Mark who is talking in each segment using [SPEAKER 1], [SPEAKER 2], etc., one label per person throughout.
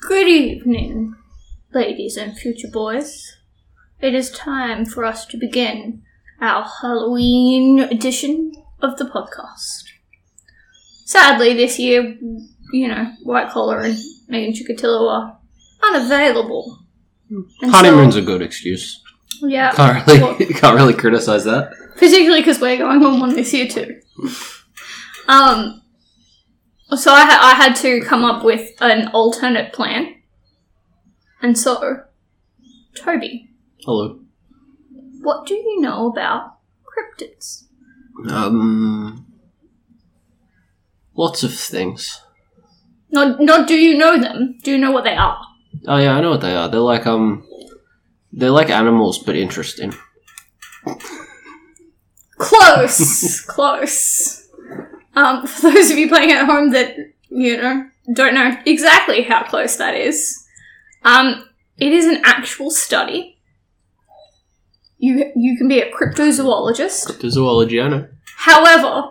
[SPEAKER 1] Good evening, ladies and future boys. It is time for us to begin our Halloween edition of the podcast. Sadly, this year, you know, White Collar and Megan Chikatilo are unavailable. And so-
[SPEAKER 2] Honeymoon's a good excuse.
[SPEAKER 1] yeah,
[SPEAKER 2] Can't
[SPEAKER 1] well,
[SPEAKER 2] really, can't really criticize that.
[SPEAKER 1] particularly because we're going on one this year too. Um, so I, ha- I had to come up with an alternate plan, and so Toby,
[SPEAKER 2] Hello.
[SPEAKER 1] what do you know about cryptids?
[SPEAKER 2] Um, lots of things.
[SPEAKER 1] Not not do you know them? Do you know what they are?
[SPEAKER 2] Oh yeah, I know what they are. They're like um, they're like animals, but interesting.
[SPEAKER 1] Close, close. Um, for those of you playing at home that you know don't know exactly how close that is, um, it is an actual study. You you can be a cryptozoologist.
[SPEAKER 2] To zoology, I know.
[SPEAKER 1] However,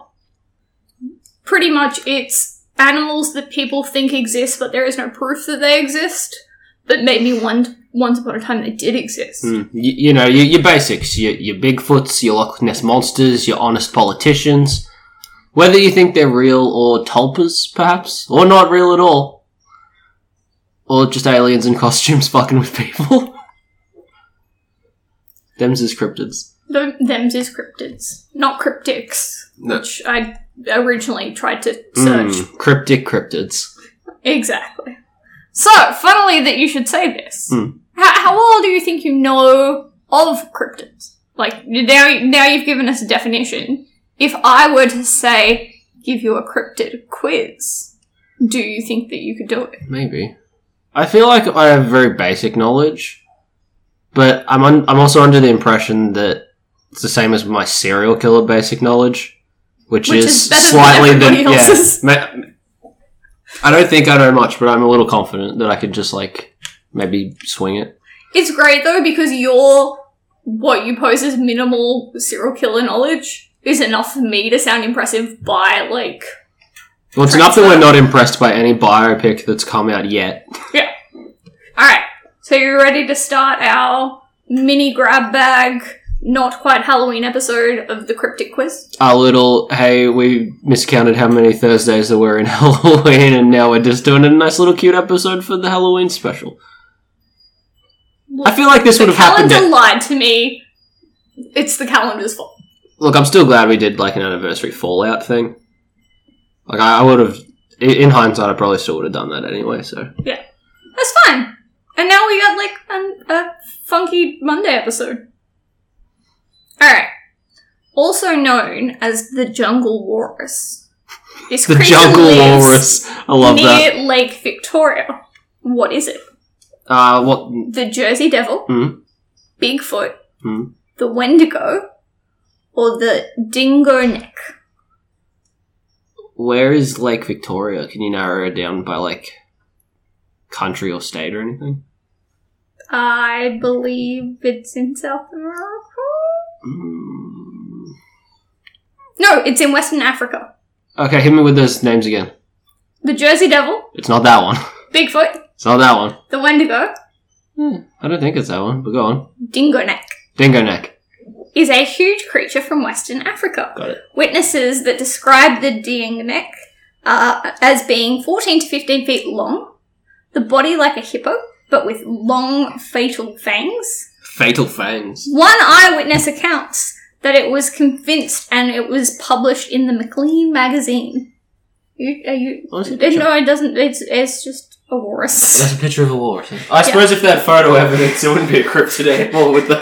[SPEAKER 1] pretty much it's animals that people think exist, but there is no proof that they exist. But maybe one once upon a time they did exist.
[SPEAKER 2] Mm, you, you know, your, your basics, your, your Bigfoots, your Loch Ness monsters, your honest politicians. Whether you think they're real or tulpas, perhaps, or not real at all, or just aliens in costumes fucking with people. Them's is cryptids.
[SPEAKER 1] Them, them's is cryptids, not cryptics.
[SPEAKER 2] No.
[SPEAKER 1] which I originally tried to search.
[SPEAKER 2] Mm, cryptic cryptids.
[SPEAKER 1] Exactly. So, funnily that you should say this.
[SPEAKER 2] Hmm.
[SPEAKER 1] How, how well do you think you know of cryptids? Like now, now you've given us a definition. If I were to say, give you a cryptid quiz, do you think that you could do it?
[SPEAKER 2] Maybe. I feel like I have very basic knowledge, but I'm un- I'm also under the impression that it's the same as my serial killer basic knowledge, which,
[SPEAKER 1] Which
[SPEAKER 2] is,
[SPEAKER 1] is better than
[SPEAKER 2] slightly
[SPEAKER 1] everybody
[SPEAKER 2] yeah.
[SPEAKER 1] else's.
[SPEAKER 2] Ma- I don't think I know much, but I'm a little confident that I could just like maybe swing it.
[SPEAKER 1] It's great though because your what you pose as minimal serial killer knowledge is enough for me to sound impressive by like
[SPEAKER 2] Well, it's
[SPEAKER 1] Right,
[SPEAKER 2] enough that
[SPEAKER 1] so-
[SPEAKER 2] we're not impressed by any biopic that's come out yet.
[SPEAKER 1] All right. So you're ready to start our mini grab bag, not quite Halloween episode of the cryptic quiz?
[SPEAKER 2] Our little hey, we miscounted how many Thursdays there were in Halloween, and now we're just doing a nice little cute episode for the Halloween special. I feel like this would
[SPEAKER 1] the
[SPEAKER 2] have happened.
[SPEAKER 1] calendar
[SPEAKER 2] At,
[SPEAKER 1] lied to me. It's the calendar's fault.
[SPEAKER 2] look, I'm still glad we did like an anniversary fallout thing. Like I, I would have, i- in hindsight, I probably still would have done that anyway. So
[SPEAKER 1] That's fine. And now we got like an, a funky Monday episode. All right. Also known as the Jungle Walrus. This
[SPEAKER 2] the
[SPEAKER 1] creature
[SPEAKER 2] jungle
[SPEAKER 1] lives
[SPEAKER 2] walrus, I love
[SPEAKER 1] near
[SPEAKER 2] that.
[SPEAKER 1] Lake Victoria. What is it?
[SPEAKER 2] Uh, what?
[SPEAKER 1] the Jersey Devil,
[SPEAKER 2] Mm.
[SPEAKER 1] Bigfoot,
[SPEAKER 2] Mm.
[SPEAKER 1] the Wendigo, or the Dingo Neck.
[SPEAKER 2] Where is Lake Victoria? Can you narrow it down by like country or state or anything?
[SPEAKER 1] I believe it's in South America.
[SPEAKER 2] Mm.
[SPEAKER 1] No, it's in Western Africa.
[SPEAKER 2] Okay, hit me with those names again.
[SPEAKER 1] The Jersey Devil,
[SPEAKER 2] It's not that one.
[SPEAKER 1] Bigfoot,
[SPEAKER 2] It's not that one.
[SPEAKER 1] the Wendigo,
[SPEAKER 2] I don't think it's that one. But go on.
[SPEAKER 1] Dingo Neck
[SPEAKER 2] Dingo neck.
[SPEAKER 1] is a huge creature from Western Africa.
[SPEAKER 2] Got it.
[SPEAKER 1] Witnesses that describe the Dingo Neck uh, as being 14 to 15 feet long, the body like a hippo, but with long fatal fangs.
[SPEAKER 2] Fatal fangs.
[SPEAKER 1] One eyewitness accounts that it was convinced and it was published in the McLean magazine. You, are you,
[SPEAKER 2] What is it?
[SPEAKER 1] no, it doesn't. It's, it's just a walrus.
[SPEAKER 2] a picture of a walrus. I suppose if they had photo evidence, it wouldn't be a cryptid anymore, would they?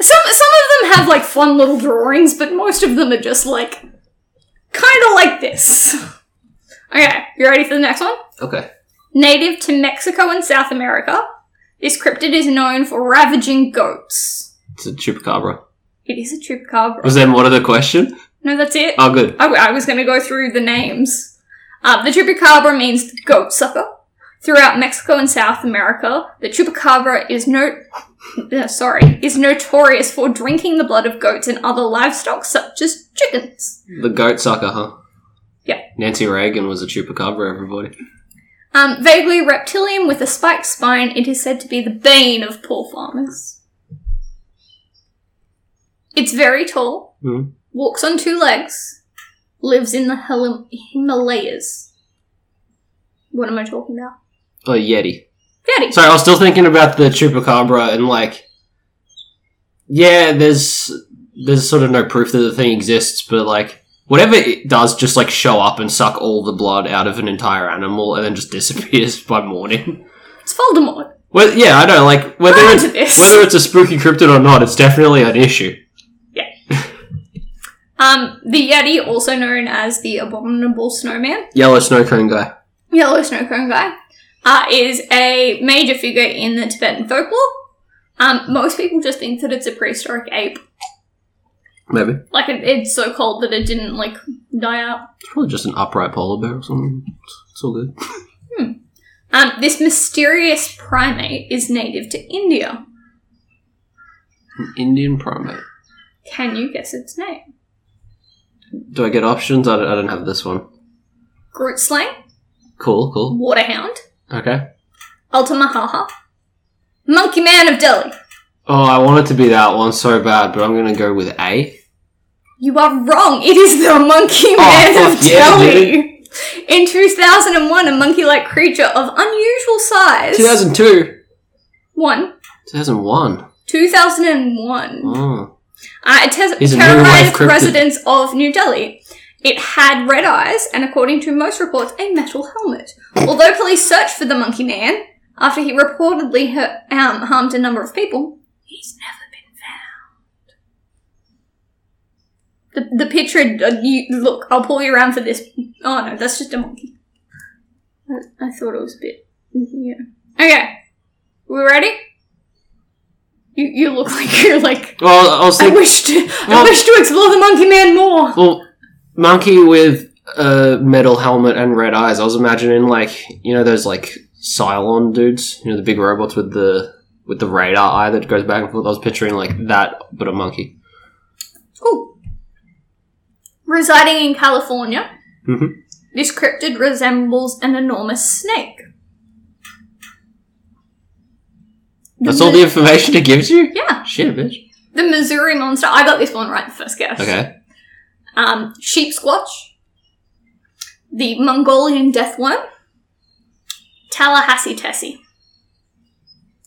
[SPEAKER 1] Some, some of them have like fun little drawings, but most of them are just like kind of like this. Okay, you ready for the next one?
[SPEAKER 2] Okay.
[SPEAKER 1] Native to Mexico and South America, this cryptid is known for ravaging goats.
[SPEAKER 2] It's a chupacabra.
[SPEAKER 1] It is a chupacabra.
[SPEAKER 2] Was then what are the question?
[SPEAKER 1] No, that's it.
[SPEAKER 2] Oh, good.
[SPEAKER 1] I, I was going to go through the names. Uh, the chupacabra means goat sucker. Throughout Mexico and South America, the chupacabra is no, uh, sorry, is notorious for drinking the blood of goats and other livestock such as chickens.
[SPEAKER 2] The goat sucker, huh?
[SPEAKER 1] Yeah.
[SPEAKER 2] Nancy Reagan was a chupacabra, everybody.
[SPEAKER 1] Um, vaguely reptilian with a spiked spine, it is said to be the bane of poor farmers. It's very tall,
[SPEAKER 2] Mhm.
[SPEAKER 1] walks on two legs, lives in the Hel- Himalayas. What am I talking about?
[SPEAKER 2] Oh, Yeti.
[SPEAKER 1] Yeti.
[SPEAKER 2] Sorry, I was still thinking about the chupacabra and like, yeah, there's there's sort of no proof that the thing exists, but like whatever it does, just like show up and suck all the blood out of an entire animal and then just disappears by morning.
[SPEAKER 1] It's Voldemort.
[SPEAKER 2] Well, yeah, I know. Like whether
[SPEAKER 1] We're
[SPEAKER 2] it's,
[SPEAKER 1] into this.
[SPEAKER 2] whether it's a spooky cryptid or not, it's definitely an issue.
[SPEAKER 1] Um, the Yeti, also known as the Abominable Snowman,
[SPEAKER 2] Yellow snow cone guy.
[SPEAKER 1] yellow snow cone guy, uh, is a major figure in the Tibetan folklore. Um, most people just think that it's a prehistoric ape.
[SPEAKER 2] Maybe
[SPEAKER 1] Like, it, it's so cold that it didn't, like, die out.
[SPEAKER 2] it's probably just an upright polar bear or something. It's- It's all good.
[SPEAKER 1] Um, this mysterious primate is native to India.
[SPEAKER 2] An Indian primate.
[SPEAKER 1] Can you guess its name?
[SPEAKER 2] Do I get options? I don't, I don't have this one.
[SPEAKER 1] Groot slang,
[SPEAKER 2] Cool, cool.
[SPEAKER 1] waterhound,
[SPEAKER 2] Okay.
[SPEAKER 1] Altamahaha, monkey man of Delhi.
[SPEAKER 2] Oh, I want it to be that one so bad, but I'm gonna go with A.
[SPEAKER 1] You are wrong. It is the Monkey Man
[SPEAKER 2] Oh, fuck
[SPEAKER 1] of
[SPEAKER 2] yeah,
[SPEAKER 1] Delhi. In 2001, a monkey-like creature of unusual size.
[SPEAKER 2] 2002,
[SPEAKER 1] One.
[SPEAKER 2] 2001.
[SPEAKER 1] 2001.
[SPEAKER 2] Oh.
[SPEAKER 1] Uh, it has
[SPEAKER 2] He's a new
[SPEAKER 1] terrorized
[SPEAKER 2] life cryptid.
[SPEAKER 1] residents of New Delhi. It had red eyes and, according to most reports, a metal helmet. Although police searched for the Monkey Man after he reportedly hurt, um, harmed a number of people, he's never been found. The, the picture, uh, you, look, I'll pull you around for this. Oh no, that's just a monkey. I, I thought it was a bit. Yeah. Okay. We ready? You, you look like you're like
[SPEAKER 2] Well, I was
[SPEAKER 1] I
[SPEAKER 2] thinking.
[SPEAKER 1] wish to. I
[SPEAKER 2] Well-
[SPEAKER 1] wish to explore the Monkey Man more.
[SPEAKER 2] Well, monkey with a metal helmet and red eyes. I was imagining like you know those like Cylon dudes, you know the big robots with the with the radar eye that goes back and forth. I was picturing like that, but a monkey.
[SPEAKER 1] Cool. Residing in California,
[SPEAKER 2] Mhm.
[SPEAKER 1] this cryptid resembles an enormous snake.
[SPEAKER 2] That's all the information it gives you.
[SPEAKER 1] Yeah,
[SPEAKER 2] Shit, bitch.
[SPEAKER 1] the Missouri monster. I got this one right the first guess.
[SPEAKER 2] Okay.
[SPEAKER 1] Um, sheep squatch. The Mongolian death worm. Tallahassee Tessie.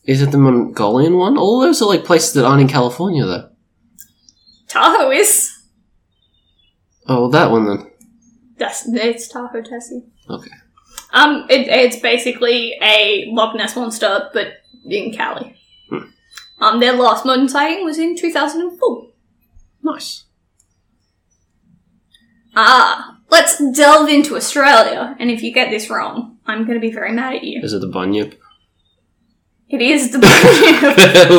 [SPEAKER 2] Is it the Mongolian one? All those are like places that aren't in California though.
[SPEAKER 1] Tahoe is.
[SPEAKER 2] Oh, well, that one then.
[SPEAKER 1] That's it's Tahoe Tessie.
[SPEAKER 2] Okay.
[SPEAKER 1] Um, it, it's basically a Loch Ness monster, but in Cali.
[SPEAKER 2] Hmm.
[SPEAKER 1] Um, their last modern sighting was in 2004.
[SPEAKER 2] Nice.
[SPEAKER 1] Ah, let's delve into Australia, and if you get this wrong, I'm going to be very mad at you.
[SPEAKER 2] Is it the bunyip?
[SPEAKER 1] It is the
[SPEAKER 2] We've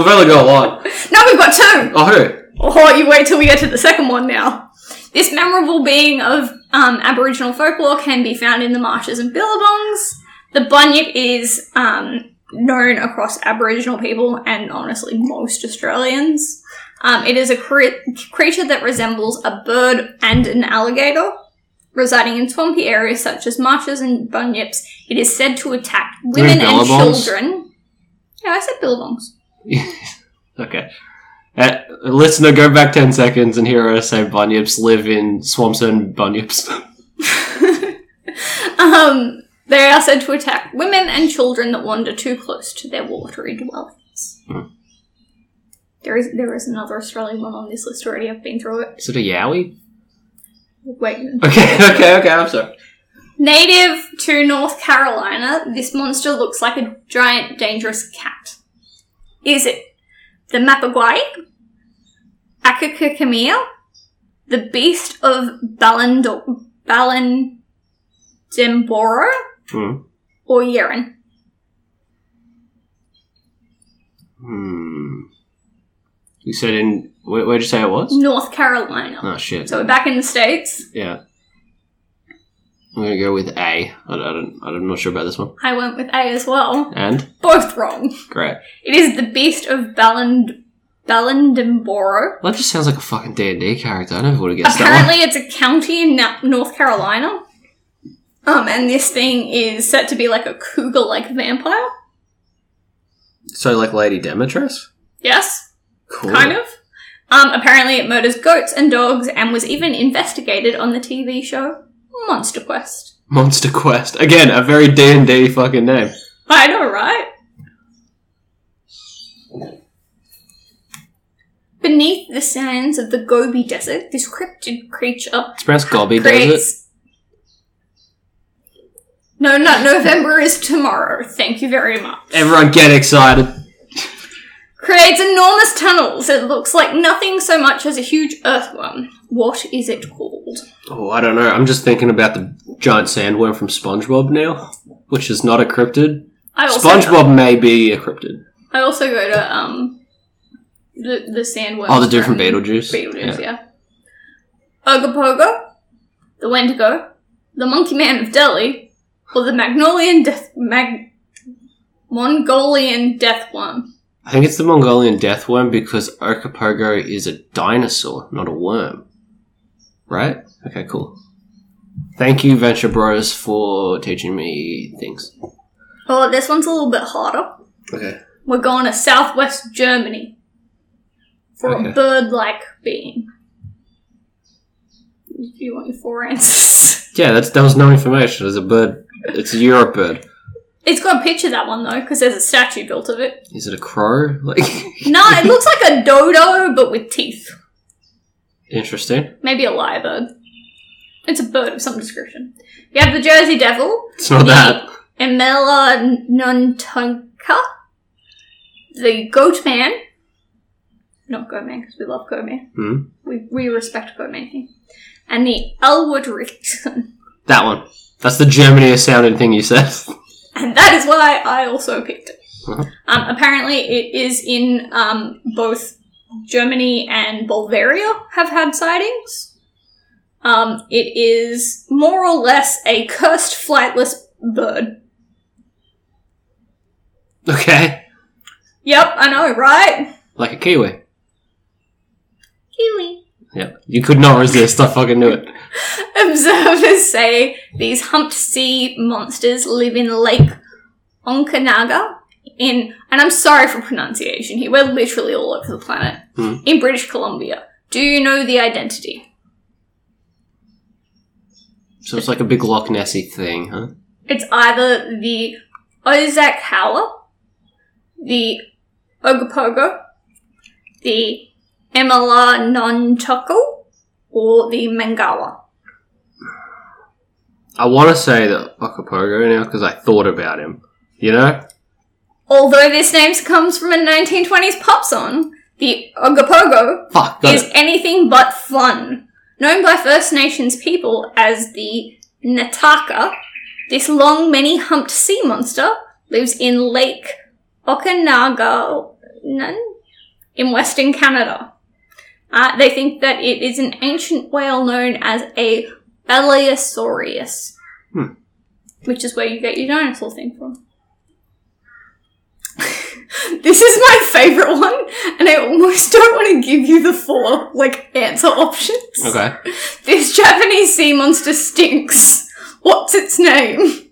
[SPEAKER 2] only got one.
[SPEAKER 1] no, we've got two.
[SPEAKER 2] Oh,
[SPEAKER 1] Oh, you wait till we get to the second one now. This memorable being of um, Aboriginal folklore can be found in the marshes and billabongs. The bunyip is um, known across Aboriginal people and honestly most Australians. Um, it is a cre- creature that resembles a bird and an alligator. Residing in swampy areas such as marshes and bunyips, it is said to attack
[SPEAKER 2] They're in
[SPEAKER 1] women and
[SPEAKER 2] billabongs?
[SPEAKER 1] children. Yeah, I said billabongs.
[SPEAKER 2] okay. Uh, listener, go back 10 seconds and hear us say bunyips live in swamps and bunyips.
[SPEAKER 1] um, they are said to attack women and children that wander too close to their watery dwellings.
[SPEAKER 2] Hmm.
[SPEAKER 1] There is there is another Australian one on this list already. I've been through it.
[SPEAKER 2] Is it a yowie?
[SPEAKER 1] Wait,
[SPEAKER 2] Okay, okay, okay, I'm sorry.
[SPEAKER 1] native to North Carolina, this monster looks like a giant, dangerous cat. Is it the Mapaguai, Akakakamiya, the Beast of Balando- Ballandemboro,
[SPEAKER 2] Hmm.
[SPEAKER 1] or Yeren?
[SPEAKER 2] Hmm. You said in. Where, where'd you say it was?
[SPEAKER 1] North Carolina.
[SPEAKER 2] Oh, shit.
[SPEAKER 1] Mm. So we're back in the States.
[SPEAKER 2] Yeah. I'm gonna go with A. I, I don't, I'm not sure about this one.
[SPEAKER 1] I went with A as well.
[SPEAKER 2] And?
[SPEAKER 1] Both wrong.
[SPEAKER 2] Great.
[SPEAKER 1] It is the Beast of Balland- Ballandemboro.
[SPEAKER 2] Well, that just sounds like a fucking D&D character. I never would have guessed that one.
[SPEAKER 1] Apparently, it's a county in Na- North Carolina. Um, and this thing is set to be like a cougar-like vampire.
[SPEAKER 2] So, like Lady Demetress?
[SPEAKER 1] Yes,
[SPEAKER 2] Cool.
[SPEAKER 1] kind of. Um, apparently it murders goats and dogs and was even investigated on the TV show Monster Quest.
[SPEAKER 2] Monster Quest. Again, a very D&D fucking name.
[SPEAKER 1] I know, right? Beneath the sands of the Gobi Desert, this cryptid creature
[SPEAKER 2] It's pronounced Gobby, does it?
[SPEAKER 1] creates. No, not November is tomorrow. Thank you very much.
[SPEAKER 2] Everyone get excited.
[SPEAKER 1] Creates enormous tunnels. It looks like nothing so much as a huge earthworm. What is it called?
[SPEAKER 2] Oh, I don't know. I'm just thinking about the giant sandworm from SpongeBob now, which is not a cryptid.
[SPEAKER 1] I also
[SPEAKER 2] SpongeBob may be a cryptid.
[SPEAKER 1] I also go to um the the sandworm.
[SPEAKER 2] Oh, the different Beetlejuice.
[SPEAKER 1] Beetlejuice,
[SPEAKER 2] Yeah.
[SPEAKER 1] yeah. Ogopogo, the Wendigo, the Monkey Man of Delhi, or the Magnolian Death Mag Mongolian Death Worm.
[SPEAKER 2] I think it's the Mongolian death worm because Okapogo is a dinosaur, not a worm. Right? Okay, cool. Thank you, Venture Bros, for teaching me things.
[SPEAKER 1] Oh, this one's a little bit harder.
[SPEAKER 2] Okay.
[SPEAKER 1] We're going to southwest Germany for
[SPEAKER 2] Okay.
[SPEAKER 1] a bird-like being. Do you want your four answers?
[SPEAKER 2] Yeah, that's, that was no information. It's a bird. It's a Europe bird.
[SPEAKER 1] It's got a picture of that one though, because there's a statue built of it.
[SPEAKER 2] Is it a crow? Like,
[SPEAKER 1] No, it looks like a dodo, but with teeth.
[SPEAKER 2] interesting.
[SPEAKER 1] Maybe a lyrebird. It's a bird of some description. You have the Jersey Devil,
[SPEAKER 2] It's not Oh, that.
[SPEAKER 1] Emela Nuntunka, the Goat Man. Not Goat Man, because we love Goat Man.
[SPEAKER 2] Hmm?
[SPEAKER 1] We, we respect Goat Man here. And the Elwood Rickson.
[SPEAKER 2] That one. That's the Germany sounding thing you said.
[SPEAKER 1] And that is why I also picked it.
[SPEAKER 2] Uh-huh.
[SPEAKER 1] Um, apparently, it is in um, both Germany and Bulgaria have had sightings. Um, it is more or less a cursed flightless bird.
[SPEAKER 2] Okay.
[SPEAKER 1] Yep, I know, right?
[SPEAKER 2] Like a kiwi.
[SPEAKER 1] Kiwi.
[SPEAKER 2] Yeah. You could not resist. I fucking knew it.
[SPEAKER 1] Observers say these humped sea monsters live in Lake Onkanaga in, and I'm sorry for pronunciation here, we're literally all over the planet,
[SPEAKER 2] Hmm.
[SPEAKER 1] in British Columbia. Do you know the identity?
[SPEAKER 2] So it's like a big Loch Nessy thing, huh?
[SPEAKER 1] It's either the Ozak Howler, the Ogopogo, the Emala Nontoko, or the Mangawa.
[SPEAKER 2] I want to say that Okapogo now because I thought about him. You know?
[SPEAKER 1] Although this name comes from a 1920s pop song, the Ogopogo
[SPEAKER 2] Fuck. Got
[SPEAKER 1] is
[SPEAKER 2] it.
[SPEAKER 1] anything but fun. Known by First Nations people as the Nataka, this long, many humped sea monster lives in Lake Okanagan in Western Canada. Uh, they think that it is an ancient whale known as a Baleosaurus,
[SPEAKER 2] Hmm.
[SPEAKER 1] which is where you get your dinosaur thing from. This is my favorite one, and I almost don't want to give you the four like answer options.
[SPEAKER 2] Okay.
[SPEAKER 1] This Japanese sea monster stinks. What's its name?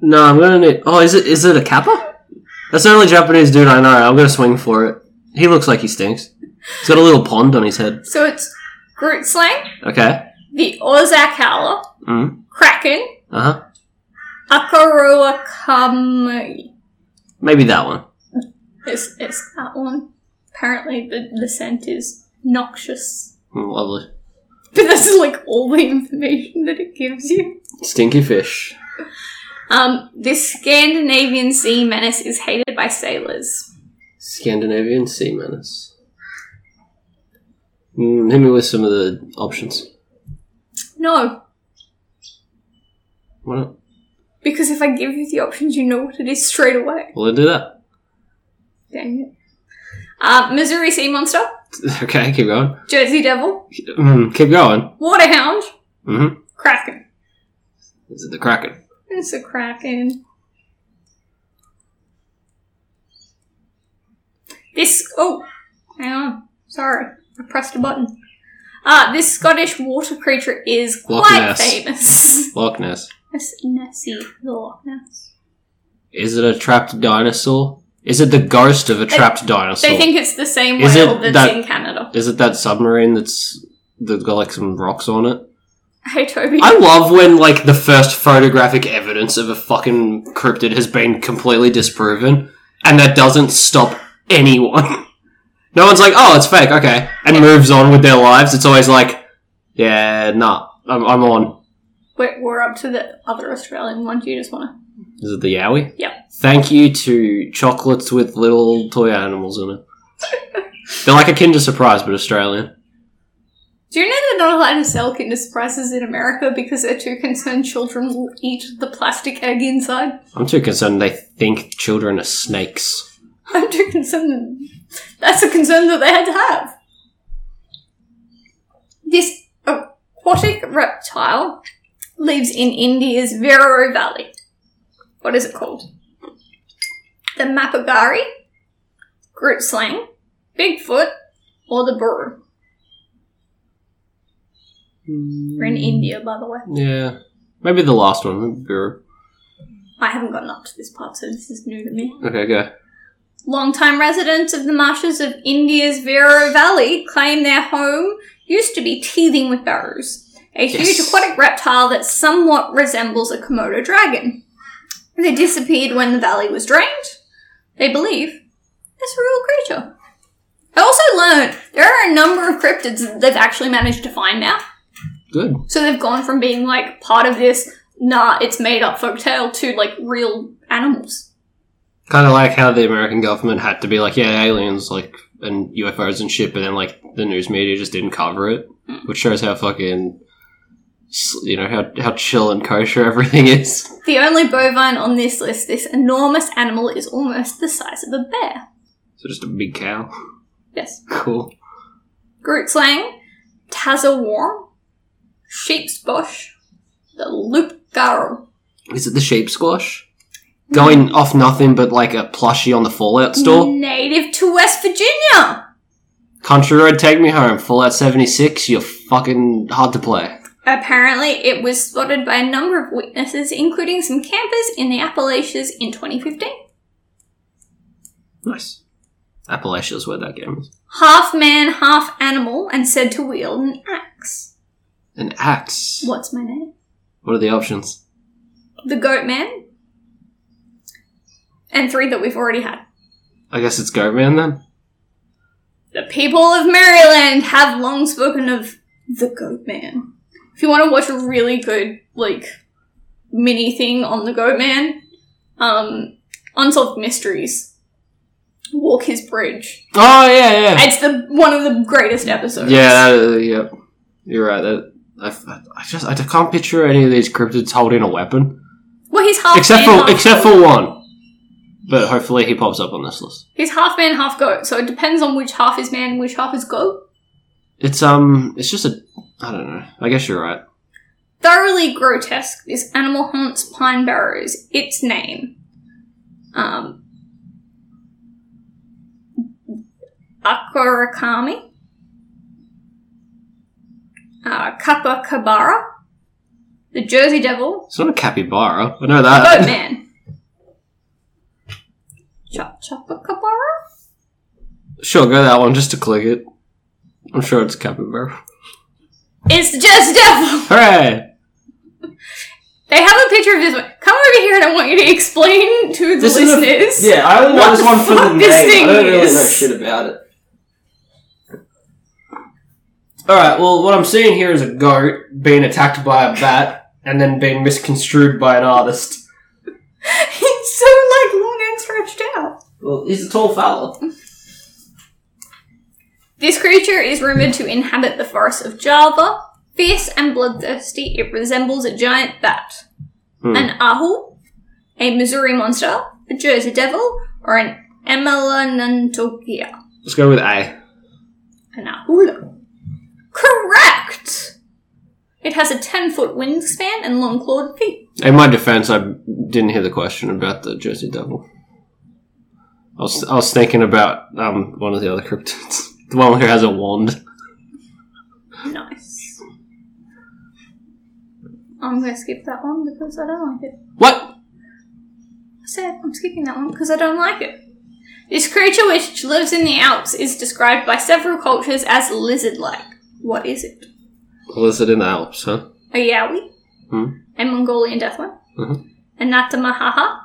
[SPEAKER 2] No, I'm gonna need. Oh, is it is it a kappa? That's the only Japanese dude I know. I'm gonna swing for it. He looks like he stinks. He's got a little pond on his head.
[SPEAKER 1] So it's Groot Slang,
[SPEAKER 2] Okay.
[SPEAKER 1] the Ozak Howler,
[SPEAKER 2] Mm.
[SPEAKER 1] Kraken,
[SPEAKER 2] Uh huh.
[SPEAKER 1] Akarua Kamui.
[SPEAKER 2] Maybe that one.
[SPEAKER 1] It's, it's that one. Apparently, the, the scent is noxious.
[SPEAKER 2] Mm, Lovely.
[SPEAKER 1] But this is like all the information that it gives you.
[SPEAKER 2] Stinky fish.
[SPEAKER 1] Um, this Scandinavian sea menace is hated by sailors.
[SPEAKER 2] Scandinavian sea menace. Mm, hit me with some of the options.
[SPEAKER 1] No,
[SPEAKER 2] Why not?
[SPEAKER 1] because if I give you the options, you know what it is straight away.
[SPEAKER 2] Well, then do that.
[SPEAKER 1] Dang it. Uh, Missouri Sea Monster,
[SPEAKER 2] Okay, keep going.
[SPEAKER 1] Jersey Devil,
[SPEAKER 2] Mm, keep going.
[SPEAKER 1] Waterhound,
[SPEAKER 2] hmm
[SPEAKER 1] Kraken.
[SPEAKER 2] Is it the kraken?
[SPEAKER 1] It's a Kraken. This. Oh, hang on. Sorry, I pressed a button. Ah, this Scottish water creature is
[SPEAKER 2] Loch
[SPEAKER 1] quite
[SPEAKER 2] Ness.
[SPEAKER 1] famous.
[SPEAKER 2] Loch Ness.
[SPEAKER 1] Miss Nessie the Loch Ness.
[SPEAKER 2] Is it a trapped dinosaur? Is it the ghost of a trapped dinosaur?
[SPEAKER 1] They think it's the same
[SPEAKER 2] Is
[SPEAKER 1] whale
[SPEAKER 2] it
[SPEAKER 1] that's
[SPEAKER 2] that-
[SPEAKER 1] in Canada.
[SPEAKER 2] Is it that submarine that's that's got like some rocks on it?
[SPEAKER 1] Hey Toby.
[SPEAKER 2] I love when like the first photographic evidence of a fucking cryptid has been completely disproven, and that doesn't stop anyone. no one's like, "Oh, it's fake," okay, and moves on with their lives. It's always like, "Yeah, nah, I'm, I'm on."
[SPEAKER 1] We're, we're up to the other Australian one. Do you just want to?
[SPEAKER 2] Is it the Yowie?
[SPEAKER 1] Yep.
[SPEAKER 2] Thank you to chocolates with little toy animals in it. They're like a Kinder Surprise, but Australian.
[SPEAKER 1] Do you know they're not allowed to sell Kinder Surprises in America because they're too concerned children will eat the plastic egg inside?
[SPEAKER 2] I'm too concerned they think children are snakes.
[SPEAKER 1] I'm too concerned. That's a concern that they had to have. This aquatic reptile lives in India's Vero Valley. What is it called? The Mapagari, Group Slang, Bigfoot, or the Buru. We're in India, by the way.
[SPEAKER 2] Yeah. Maybe the last one. Bureau.
[SPEAKER 1] I haven't gotten up to this part, so this is new to me.
[SPEAKER 2] Okay, go.
[SPEAKER 1] Longtime residents of the marshes of India's Vero Valley claim their home used to be teething with burrows, a huge
[SPEAKER 2] Yes.
[SPEAKER 1] aquatic reptile that somewhat resembles a Komodo dragon. They disappeared when the valley was drained. They believe it's a real creature. I also learned there are a number of cryptids that they've actually managed to find now.
[SPEAKER 2] Good.
[SPEAKER 1] So they've gone from being like part of this, nah, it's made up folktale to like real animals.
[SPEAKER 2] Kind of like how the American government had to be like, yeah, aliens, like, and UFOs and shit, but then, like, the news media just didn't cover it, which shows how fucking, s- you know, how, how chill and kosher everything is.
[SPEAKER 1] The only bovine on this list, this enormous animal is almost the size of a bear.
[SPEAKER 2] So just a big cow.
[SPEAKER 1] Yes.
[SPEAKER 2] Cool.
[SPEAKER 1] Groot slang, Tazza worm, sheep's bush, the loop garrow.
[SPEAKER 2] Is it the sheep squash? Going off nothing but like a plushie on the Fallout store?
[SPEAKER 1] Native to West Virginia.
[SPEAKER 2] Country Road, take me home. Fallout 76, you're fucking hard to play.
[SPEAKER 1] Apparently, it was spotted by a number of witnesses, including some campers in the Appalachians in 2015.
[SPEAKER 2] Nice. Appalachia's where that game is.
[SPEAKER 1] Half man, half animal, and said to wield an axe.
[SPEAKER 2] An axe.
[SPEAKER 1] What's my name?
[SPEAKER 2] What are the options?
[SPEAKER 1] The goat man. And three that we've already had.
[SPEAKER 2] I guess it's Goat Man then.
[SPEAKER 1] The people of Maryland have long spoken of the Goat Man. If you want to watch a really good, like, mini thing on the Goat Man, um, Unsolved Mysteries, Walk His Bridge.
[SPEAKER 2] Oh yeah, yeah,
[SPEAKER 1] It's the one of the greatest episodes.
[SPEAKER 2] yeah. that- uh, yep, you're right. That I, I just I can't picture any of these cryptids holding a weapon
[SPEAKER 1] Well, he's half
[SPEAKER 2] except
[SPEAKER 1] man,
[SPEAKER 2] for
[SPEAKER 1] half
[SPEAKER 2] except
[SPEAKER 1] goat.
[SPEAKER 2] for one. But hopefully he pops up on this list.
[SPEAKER 1] he's half man, half goat. So it depends on which half is man, and which half is goat.
[SPEAKER 2] It's um, it's just a I don't know. I guess you're right.
[SPEAKER 1] Thoroughly grotesque, this animal haunts pine barrows. Its name. Um, Akorakami. Uh, Kapakabara. The Jersey Devil.
[SPEAKER 2] It's not a capybara. I know
[SPEAKER 1] The
[SPEAKER 2] that.
[SPEAKER 1] Goatman. Chop Chopakabara?
[SPEAKER 2] Sure, go that one just to click it. I'm sure it's capybara.
[SPEAKER 1] It's the Jersey Devil!
[SPEAKER 2] Hooray!
[SPEAKER 1] They have a picture of this one. Come over here and I want you to explain to the
[SPEAKER 2] This is a-
[SPEAKER 1] listeners.
[SPEAKER 2] I only
[SPEAKER 1] know What this the one for the fuck this name. I don't thing really is? know shit
[SPEAKER 2] about it. Alright, well, what I'm seeing here is a goat being attacked by a bat and then being misconstrued by an artist.
[SPEAKER 1] it's so like long and stretched out.
[SPEAKER 2] Well, he's a tall fella.
[SPEAKER 1] This creature is rumored to inhabit the forests of Java. Fierce and bloodthirsty, it resembles a giant bat,
[SPEAKER 2] Hmm.
[SPEAKER 1] an ahu, a Missouri monster, a Jersey devil, or an Emelanantogia,
[SPEAKER 2] Let's go with A.
[SPEAKER 1] an ahula. Correct! It has a 10 foot wingspan and long clawed feet.
[SPEAKER 2] In my defense, I didn't hear the question about the Jersey Devil. I was, I was thinking about um, one of the other cryptids. The one who has a wand.
[SPEAKER 1] No. I'm gonna skip that one because I don't like it.
[SPEAKER 2] What?
[SPEAKER 1] I said I'm skipping that one because I don't like it. This creature, which lives in the Alps, is described by several cultures as lizard-like. What is it?
[SPEAKER 2] Lizard in the Alps, huh?
[SPEAKER 1] A Yowie,
[SPEAKER 2] Hmm.
[SPEAKER 1] a Mongolian deathworm,
[SPEAKER 2] Mhm.
[SPEAKER 1] a Natamahaha,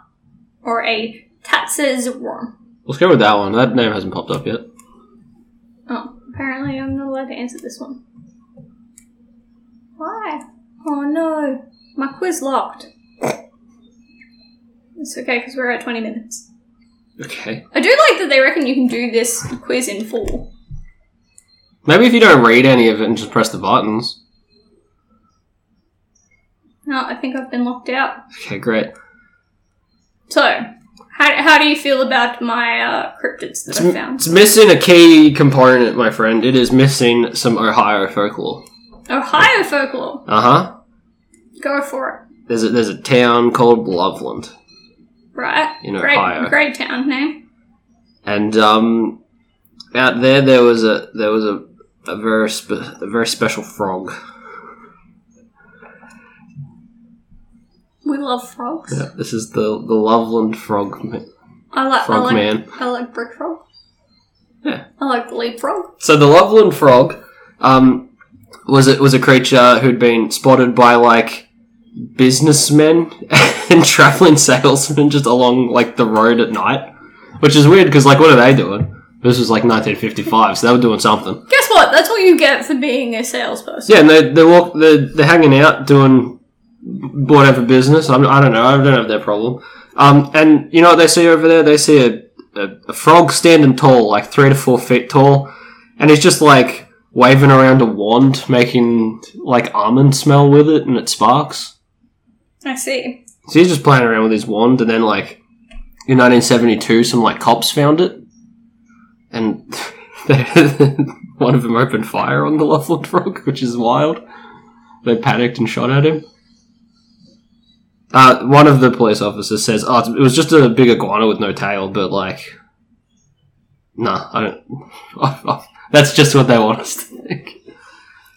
[SPEAKER 1] or a Tatsa's worm.
[SPEAKER 2] Let's go with that one. That name hasn't popped up yet.
[SPEAKER 1] Oh, apparently I'm not allowed to answer this one. Why? Oh no, my quiz locked. It's okay because we're at 20 minutes.
[SPEAKER 2] Okay.
[SPEAKER 1] I do like that they reckon you can do this quiz in full.
[SPEAKER 2] Maybe if you don't read any of it and just press the buttons.
[SPEAKER 1] No, I think I've been locked out.
[SPEAKER 2] Okay, great.
[SPEAKER 1] So, how, how do you feel about my uh, cryptids that
[SPEAKER 2] It's,
[SPEAKER 1] I
[SPEAKER 2] m-
[SPEAKER 1] found?
[SPEAKER 2] it's missing a key component, my friend. It is missing some Ohio folklore.
[SPEAKER 1] Oh, Ohio folklore.
[SPEAKER 2] Uh huh.
[SPEAKER 1] Go for
[SPEAKER 2] There's a, there's a town called Loveland,
[SPEAKER 1] it. Right?
[SPEAKER 2] In
[SPEAKER 1] great,
[SPEAKER 2] Ohio.
[SPEAKER 1] Great town eh? name.
[SPEAKER 2] and um, out there there was a there was a, a very spe- a very special frog.
[SPEAKER 1] We love frogs.
[SPEAKER 2] Yeah, this is the the Loveland frog ma-
[SPEAKER 1] I like I
[SPEAKER 2] frog
[SPEAKER 1] like
[SPEAKER 2] man.
[SPEAKER 1] I like brick frog.
[SPEAKER 2] Yeah.
[SPEAKER 1] I like the leapfrog.
[SPEAKER 2] So the Loveland frog um, was it was a creature who'd been spotted by like businessmen and traveling salesmen just along like the road at night, which is weird because like what are they doing? This was like 1955, so they were doing something.
[SPEAKER 1] Guess what? That's what you get for being a salesperson.
[SPEAKER 2] Yeah, and they they walk they they're hanging out doing whatever business. I'm, I don't know. I don't have their problem. Um, and you know what they see over there? They see a, a, a frog standing tall, like three to four feet tall, and he's just like waving around a wand, making like almond smell with it, and it sparks.
[SPEAKER 1] I see.
[SPEAKER 2] So he's just playing around with his wand, and then like in 1972, some like cops found it, and one of them opened fire on the Loveland frog, which is wild. They panicked and shot at him. Uh, one of the police officers says, "Oh, it's- it was just a big iguana with no tail, but like, nah, I don't. That's just what they want us to think."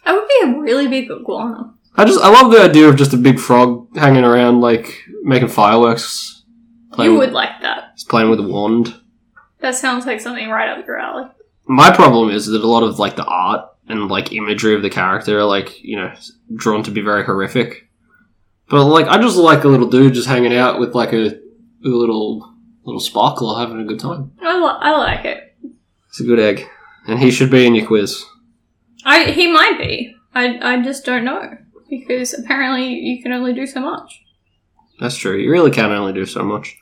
[SPEAKER 1] I would be a really big iguana.
[SPEAKER 2] I just I love the idea of just a big frog hanging around, like making fireworks. Playing,
[SPEAKER 1] You would like that.
[SPEAKER 2] just playing with a wand.
[SPEAKER 1] That sounds like something right up your alley.
[SPEAKER 2] My problem is that a lot of like the art and like imagery of the character are like you know drawn to be very horrific. But like I just like a little dude just hanging out with like a, a little little sparkler having a good time.
[SPEAKER 1] I, li- I like it.
[SPEAKER 2] It's a good egg, and he should be in your quiz.
[SPEAKER 1] I he might be. I I just don't know because apparently you can only do so much.
[SPEAKER 2] That's true. You really can only do so much.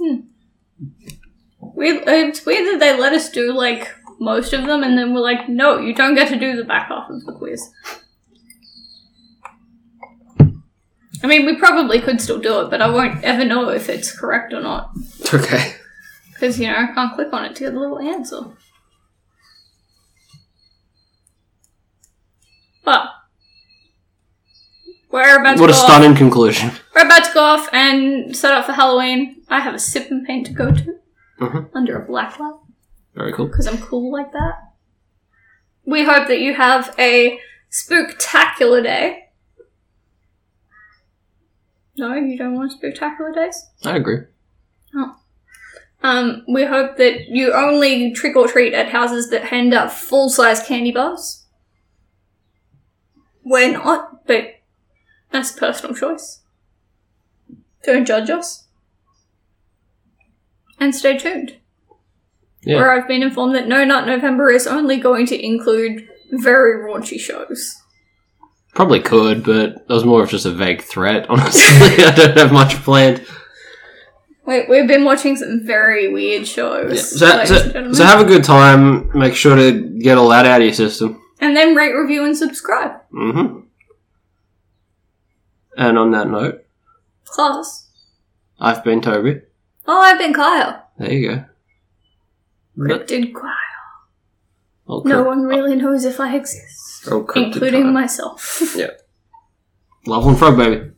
[SPEAKER 1] We it's weird that they let us do like most of them, and then we're like, no, you don't get to do the back half of the quiz. I mean, we probably could still do it, but I won't ever know if it's correct or not
[SPEAKER 2] Okay.
[SPEAKER 1] because you know I can't click on it to get the little answer. But we're about to
[SPEAKER 2] What a
[SPEAKER 1] go off-
[SPEAKER 2] stunning conclusion.
[SPEAKER 1] We're about to go off and set up for Halloween. I have a sip and paint to go to
[SPEAKER 2] Mhm.
[SPEAKER 1] under a black light
[SPEAKER 2] Very cool.
[SPEAKER 1] because I'm cool like that. We hope that you have a spooktacular day. No, you don't want spooktacular days.
[SPEAKER 2] I agree.
[SPEAKER 1] Um, we hope that you only trick or treat at houses that hand out full size candy bars. We're not, but that's personal choice. Don't judge us. And stay tuned.
[SPEAKER 2] Yeah.
[SPEAKER 1] Where I've been informed that No Nut November is only going to include very raunchy shows.
[SPEAKER 2] Probably could, but that was more of just a vague threat, honestly. I don't have much planned.
[SPEAKER 1] We, we've been watching some very weird shows.
[SPEAKER 2] So,
[SPEAKER 1] ladies and
[SPEAKER 2] so,
[SPEAKER 1] gentlemen.
[SPEAKER 2] so have a good time. Make sure to get all that out of your system.
[SPEAKER 1] and then rate, review, and subscribe.
[SPEAKER 2] hmm And on that note,
[SPEAKER 1] Class.
[SPEAKER 2] I've been Toby.
[SPEAKER 1] Oh, I've been Kyle.
[SPEAKER 2] There you go. But-
[SPEAKER 1] Cryptid Choir.
[SPEAKER 2] oh,
[SPEAKER 1] No
[SPEAKER 2] crypt-
[SPEAKER 1] one really knows if I exist,
[SPEAKER 2] oh, cryptid
[SPEAKER 1] including
[SPEAKER 2] time.
[SPEAKER 1] myself.
[SPEAKER 2] Yeah. Love and frog, baby.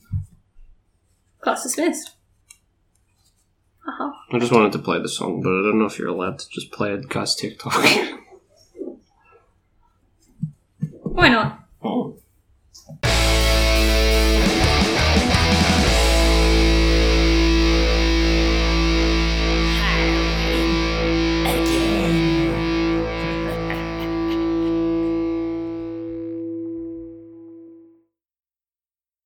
[SPEAKER 1] Class dismissed. Uh-huh.
[SPEAKER 2] I just wanted to play the song, but I don't know if you're allowed to just play it, guys. TikTok.
[SPEAKER 1] Why not?
[SPEAKER 2] oh.